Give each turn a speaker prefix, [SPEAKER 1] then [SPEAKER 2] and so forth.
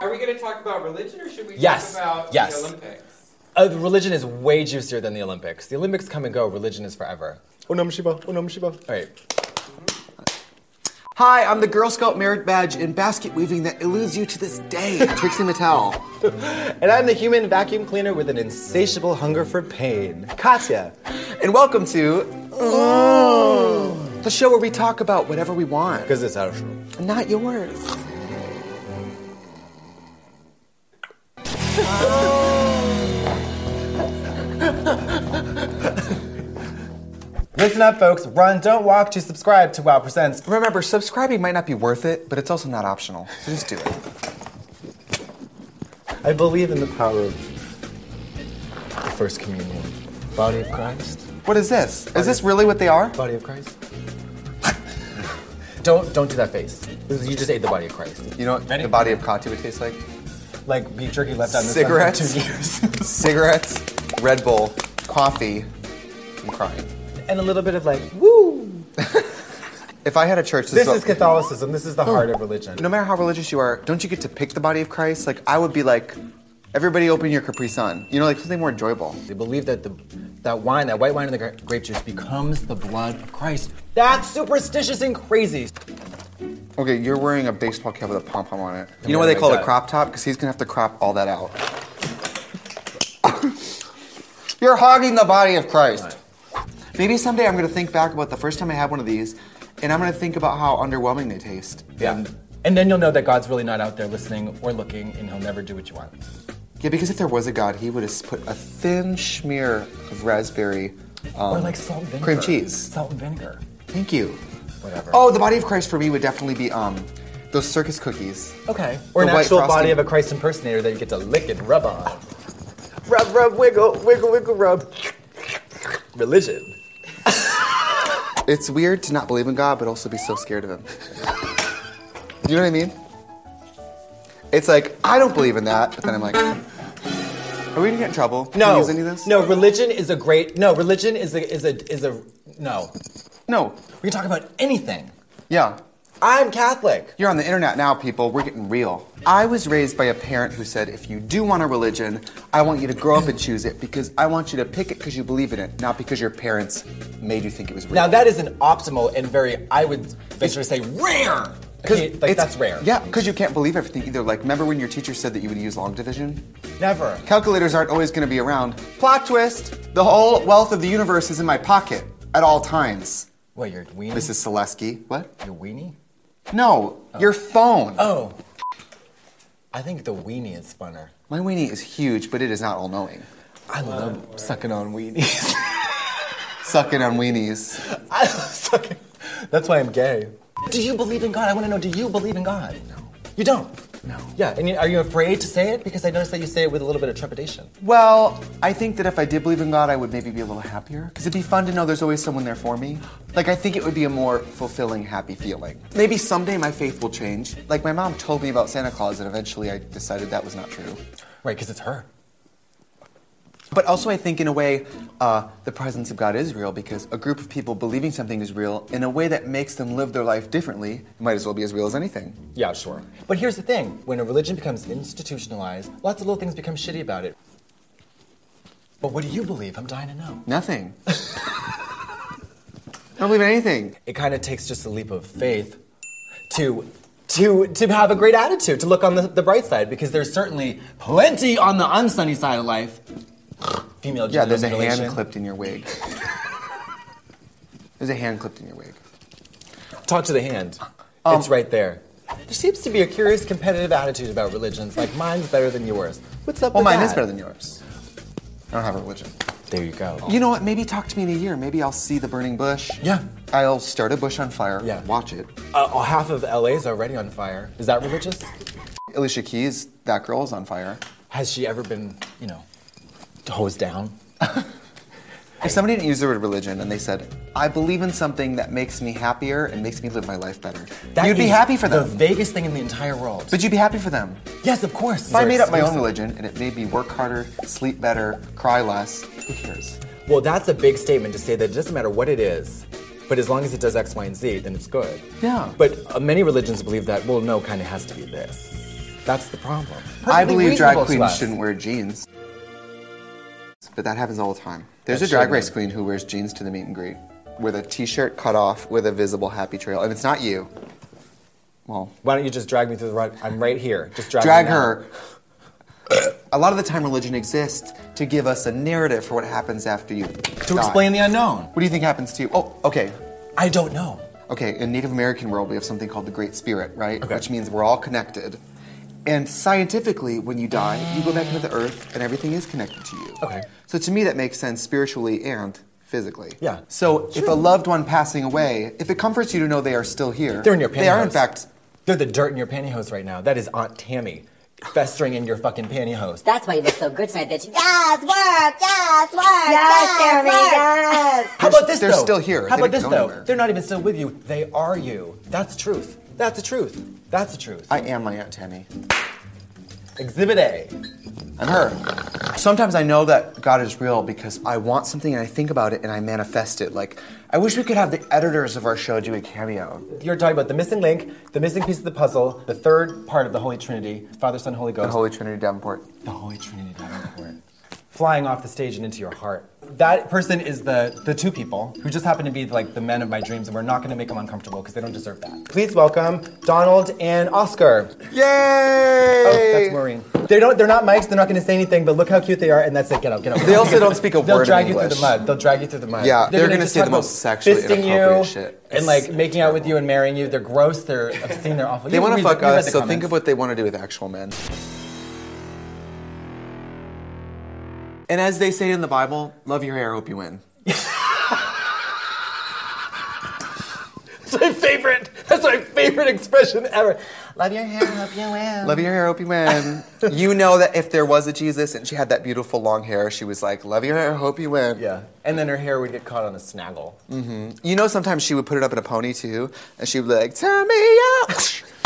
[SPEAKER 1] Are we going to talk about religion or should we
[SPEAKER 2] Yes.
[SPEAKER 1] talk about
[SPEAKER 2] Yes.
[SPEAKER 1] the Olympics?
[SPEAKER 2] Uh, religion is way juicier than the Olympics. The Olympics come and go. Religion is forever.
[SPEAKER 3] Oh, Nam Shiva. Oh, Nam Shiva.
[SPEAKER 2] All right.
[SPEAKER 4] Hi, I'm the Girl Scout merit badge in basket weaving that eludes you to this day, Trixie Mattel.
[SPEAKER 2] And I'm the human vacuum cleaner with an insatiable hunger for pain. Katya.
[SPEAKER 4] And welcome to the show where we talk about whatever we want.
[SPEAKER 2] Because it's out.
[SPEAKER 4] Not yours.
[SPEAKER 2] Listen up, folks. Run, don't walk to subscribe to Wow Presents.
[SPEAKER 4] Remember, subscribing might not be worth it, but it's also not optional. So just do it.
[SPEAKER 2] I believe in the power of First Communion. Body of Christ.
[SPEAKER 4] What is this? Is this really what they are?
[SPEAKER 2] Body of Christ. don't don't do that face. You just ate the body of Christ.
[SPEAKER 4] You know what the body of Katya would taste like?
[SPEAKER 2] Like beef jerky left out in the sun for
[SPEAKER 4] Cigarettes.
[SPEAKER 2] two years.
[SPEAKER 4] Cigarettes, Red Bull, coffee. I'm crying.
[SPEAKER 2] and a little bit of like, woo.
[SPEAKER 4] If I had a church,
[SPEAKER 2] This
[SPEAKER 4] what-
[SPEAKER 2] is Catholicism. This is the heart of religion.
[SPEAKER 4] Oh. No matter how religious you are, don't you get to pick the body of Christ? Like, I would be like, everybody open your Capri Sun. You know, like something more enjoyable.
[SPEAKER 2] They believe that the that wine, that white wine and the gra- grape juice becomes the blood of Christ. That's superstitious and crazy.
[SPEAKER 4] Okay, you're wearing a baseball cap with a pom pom on it. You know why
[SPEAKER 2] wearing
[SPEAKER 4] they
[SPEAKER 2] my
[SPEAKER 4] call it a
[SPEAKER 2] gut.
[SPEAKER 4] crop top? Because he's gonna have to crop all that out. you're hogging the body of Christ. Maybe someday I'm gonna think back about the first time I had one of these, and I'm gonna think about how underwhelming they taste.
[SPEAKER 2] Yeah. And then you'll know that God's really not out there listening or looking, and He'll never do what you want.
[SPEAKER 4] Yeah, because if there was a God, he would have put a thin smear of raspberry. Um,
[SPEAKER 2] or like salt and vinegar.
[SPEAKER 4] cream cheese.
[SPEAKER 2] Salt and vinegar.
[SPEAKER 4] Thank you.
[SPEAKER 2] Whatever.
[SPEAKER 4] Oh, the body of Christ for me would definitely be um those circus cookies.
[SPEAKER 2] okay. Or an
[SPEAKER 4] The white
[SPEAKER 2] actual body
[SPEAKER 4] frosting.
[SPEAKER 2] of a Christ impersonator that you get to lick and rub on.
[SPEAKER 4] Rub, rub, wiggle, wiggle, wiggle, rub.
[SPEAKER 2] Religion.
[SPEAKER 4] It's weird to not believe in God, but also be so scared of him. you know what I mean? It's like I don't believe in that, but then I'm like, are we gonna get in trouble? Can we
[SPEAKER 2] No.
[SPEAKER 4] use any of this?
[SPEAKER 2] No. Religion is a great. No. Religion is a is a is a no.
[SPEAKER 4] no.
[SPEAKER 2] We can talk about anything.
[SPEAKER 4] Yeah.
[SPEAKER 2] I'm Catholic.
[SPEAKER 4] You're on the internet now, people. We're getting real. I was raised by a parent who said, if you do want a religion, I want you to grow up and choose it because I want you to pick it because you believe in it, not because your parents made you think it was real.
[SPEAKER 2] Now that is an optimal and very, I would venture to say, rare. Okay, like that's rare.
[SPEAKER 4] Yeah, because you can't believe everything either. Like, remember when your teacher said that you would use long division?
[SPEAKER 2] Never.
[SPEAKER 4] Calculators aren't always going to be around. Plot twist: the whole wealth of the universe is in my pocket at all times.
[SPEAKER 2] What, your weenie?
[SPEAKER 4] Mrs. Selesky, what?
[SPEAKER 2] Your weenie?
[SPEAKER 4] No, your phone.
[SPEAKER 2] Oh. I think the weenie is funner.
[SPEAKER 4] My weenie is huge, but it is not all-knowing.
[SPEAKER 2] I love sucking on weenies.
[SPEAKER 4] Sucking on weenies.
[SPEAKER 2] I love sucking. That's why I'm gay. Do you believe in God? I want to know, do you believe in God? No. You don't? No. Yeah, and you, are you afraid to say it? Because I noticed that you say it with a little bit of trepidation.
[SPEAKER 4] Well, I think that if I did believe in God, I would maybe be a little happier. Because it'd be fun to know there's always someone there for me. Like, I think it would be a more fulfilling, happy feeling. Maybe someday my faith will change. Like, my mom told me about Santa Claus, and eventually I decided that was not true.
[SPEAKER 2] Right, because it's her.
[SPEAKER 4] But also, I think in a way, uh, the presence of God is real because a group of people believing something is real in a way that makes them live their life differently might as well be as real as anything.
[SPEAKER 2] Yeah, sure. But here's the thing when a religion becomes institutionalized, lots of little things become shitty about it. But what do you believe? I'm dying to know.
[SPEAKER 4] Nothing. I don't believe in anything.
[SPEAKER 2] It kind of takes just a leap of faith to. To, to have a great attitude, to look on the, the bright side, because there's certainly plenty on the unsunny side of life. Female
[SPEAKER 4] Yeah,
[SPEAKER 2] genital
[SPEAKER 4] there's a hand
[SPEAKER 2] mutilation.
[SPEAKER 4] clipped in your wig. There's a hand clipped in your wig.
[SPEAKER 2] Talk to the hand.
[SPEAKER 4] Um,
[SPEAKER 2] it's right there. There seems to be a curious competitive attitude about religions, like mine's better than yours. What's up
[SPEAKER 4] Well,
[SPEAKER 2] with
[SPEAKER 4] mine is
[SPEAKER 2] that?
[SPEAKER 4] better than yours. I don't have a religion.
[SPEAKER 2] There you go.
[SPEAKER 4] You know what? Maybe talk to me in a year. Maybe I'll see the burning bush.
[SPEAKER 2] Yeah.
[SPEAKER 4] I'll start a bush on fire.
[SPEAKER 2] Yeah.
[SPEAKER 4] Watch it.
[SPEAKER 2] Uh, oh, half of LA's already on fire. Is that religious?
[SPEAKER 4] Alicia Keys, that girl is on fire.
[SPEAKER 2] Has she ever been, you know, hosed down?
[SPEAKER 4] If somebody didn't use the word religion and they said, I believe in something that makes me happier and makes me live my life better,
[SPEAKER 2] That
[SPEAKER 4] you'd be
[SPEAKER 2] is
[SPEAKER 4] happy for
[SPEAKER 2] The
[SPEAKER 4] them.
[SPEAKER 2] vaguest thing in the entire world.
[SPEAKER 4] But you'd be happy for them.
[SPEAKER 2] yes, of course.
[SPEAKER 4] If I made up my own religion and it made me work harder, sleep better, cry less, who cares?
[SPEAKER 2] Well, that's a big statement to say that it doesn't matter what it is, but as long as it does X, Y, and Z, then it's good.
[SPEAKER 4] Yeah.
[SPEAKER 2] But uh, many religions believe that, well, no, kind of has to be this. That's the problem.
[SPEAKER 4] I believe drag
[SPEAKER 2] reasonable to
[SPEAKER 4] queens
[SPEAKER 2] us.
[SPEAKER 4] shouldn't wear jeans. But that happens all the time. There's
[SPEAKER 2] That
[SPEAKER 4] a drag
[SPEAKER 2] shouldn't.
[SPEAKER 4] race queen who wears jeans to the meet and greet with a t shirt cut off with a visible happy trail. If it's not you, well,
[SPEAKER 2] Why don't you just drag me through the run? I'm right here. Just drag,
[SPEAKER 4] drag
[SPEAKER 2] me now.
[SPEAKER 4] her. a lot of the time, religion exists to give us a narrative for what happens after you.
[SPEAKER 2] to explain the unknown.
[SPEAKER 4] What do you think happens to you? Oh, okay.
[SPEAKER 2] I don't know.
[SPEAKER 4] Okay, in Native American world, we have something called the Great Spirit, right?
[SPEAKER 2] Okay.
[SPEAKER 4] Which means we're all connected. And scientifically, when you die, you go back into the earth and everything is connected to you.
[SPEAKER 2] Okay.
[SPEAKER 4] So to me, that makes sense spiritually and physically.
[SPEAKER 2] Yeah.
[SPEAKER 4] So if a loved one passing away, if it comforts you to know they are still here,
[SPEAKER 2] They're in your pantyhose.
[SPEAKER 4] They are, in fact,
[SPEAKER 2] They're the dirt in your pantyhose right now. That is Aunt Tammy festering in your fucking pantyhose.
[SPEAKER 3] That's why you look so good tonight, bitch.
[SPEAKER 5] Yes, work, yes, work,
[SPEAKER 3] Yes, Jeremy,
[SPEAKER 5] work.
[SPEAKER 3] yes.
[SPEAKER 2] How about this
[SPEAKER 4] they're
[SPEAKER 2] though?
[SPEAKER 4] still here.
[SPEAKER 2] How
[SPEAKER 4] They
[SPEAKER 2] about
[SPEAKER 4] didn't
[SPEAKER 2] this
[SPEAKER 4] go
[SPEAKER 2] though?
[SPEAKER 4] anywhere.
[SPEAKER 2] They're not even still with you. They are you. That's truth. That's the truth. That's the truth.
[SPEAKER 4] I am my Aunt Tammy.
[SPEAKER 2] Exhibit A.
[SPEAKER 4] I'm her. Sometimes I know that God is real because I want something and I think about it and I manifest it. Like, I wish we could have the editors of our show do a cameo.
[SPEAKER 2] You're talking about the missing link, the missing piece of the puzzle, the third part of the Holy Trinity, Father, Son, Holy Ghost.
[SPEAKER 4] The Holy Trinity Davenport.
[SPEAKER 2] the Holy Trinity Davenport. Flying off the stage and into your heart. That person is the the two people who just happen to be like the men of my dreams, and we're not going to make them uncomfortable because they don't deserve that. Please welcome Donald and Oscar.
[SPEAKER 4] Yay!
[SPEAKER 2] Oh, that's Maureen. They don't. They're not mics. They're not going to say anything. But look how cute they are, and that's it. Get out. Get out.
[SPEAKER 4] They also don't speak a
[SPEAKER 2] They'll
[SPEAKER 4] word of
[SPEAKER 2] drag you through
[SPEAKER 4] English.
[SPEAKER 2] the mud. They'll drag you through the mud.
[SPEAKER 4] Yeah, they're
[SPEAKER 2] gonna
[SPEAKER 4] gonna
[SPEAKER 2] just
[SPEAKER 4] say
[SPEAKER 2] talk
[SPEAKER 4] the most
[SPEAKER 2] about
[SPEAKER 4] sexually
[SPEAKER 2] fisting
[SPEAKER 4] inappropriate
[SPEAKER 2] you
[SPEAKER 4] shit.
[SPEAKER 2] and like
[SPEAKER 4] It's
[SPEAKER 2] making out with you and marrying you. They're gross. They're obscene. They're awful.
[SPEAKER 4] They
[SPEAKER 2] You
[SPEAKER 4] want to
[SPEAKER 2] read the-
[SPEAKER 4] fuck
[SPEAKER 2] you read
[SPEAKER 4] us,
[SPEAKER 2] the
[SPEAKER 4] so
[SPEAKER 2] comments.
[SPEAKER 4] think of what they want to do with actual men. And as they say in the Bible, love your hair, hope you win.
[SPEAKER 2] That's my favorite. That's my favorite expression ever.
[SPEAKER 4] Love your hair, hope you win. Love your hair, hope you win. you know that if there was a Jesus and she had that beautiful long hair, she was like, love your hair, hope you win.
[SPEAKER 2] Yeah. And then her hair would get caught on a snaggle.
[SPEAKER 4] You know, sometimes she would put it up in a pony too, and she would be like, turn me up.